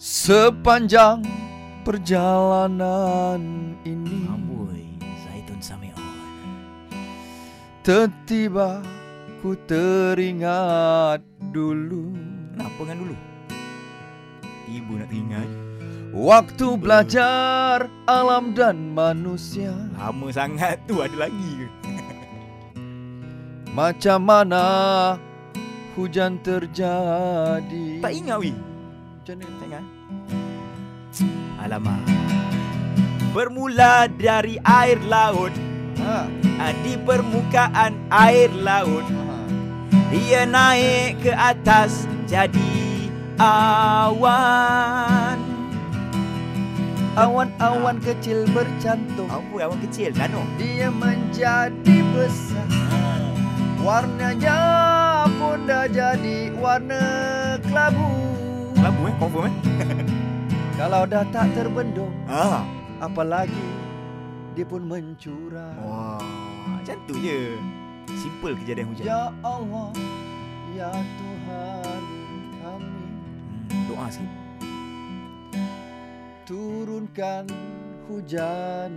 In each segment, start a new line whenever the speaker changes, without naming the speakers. Sepanjang perjalanan ini
Amboi Zaitun Samion
Tertiba ku teringat dulu
Kenapa kan dulu? Ibu nak teringat
Waktu belajar alam dan manusia
Lama sangat tu ada lagi ke?
Macam mana hujan terjadi
Tak ingat weh
Macam mana?
Tak ingat Alamak Bermula dari air laut
Ha.
ah, Di permukaan air laut
Ha.
Ia naik ke atas jadi awan
Awan-awan kecil bercantum
Ampun awan kecil Nano
Dia menjadi besar Warnanya pun dah jadi warna kelabu
Kelabu eh confirm eh
Kalau dah tak terbendung
ah.
Apalagi dia pun mencurah
Wah Macam tu je Simple kejadian hujan
Ya Allah Ya Tuhan kami
Hmm, Doa sikit
Turunkan hujan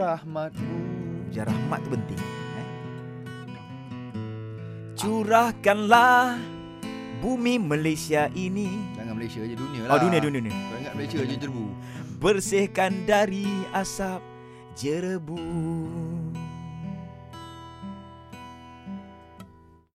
rahmatmu Ya,
Hujan rahmat tu penting eh? Curahkanlah Bumi Malaysia ini
Jangan Malaysia je dunia lah.
Oh dunia dunia dunia
Kau ingat Malaysia je jerbu
Bersihkan dari asap Jerebu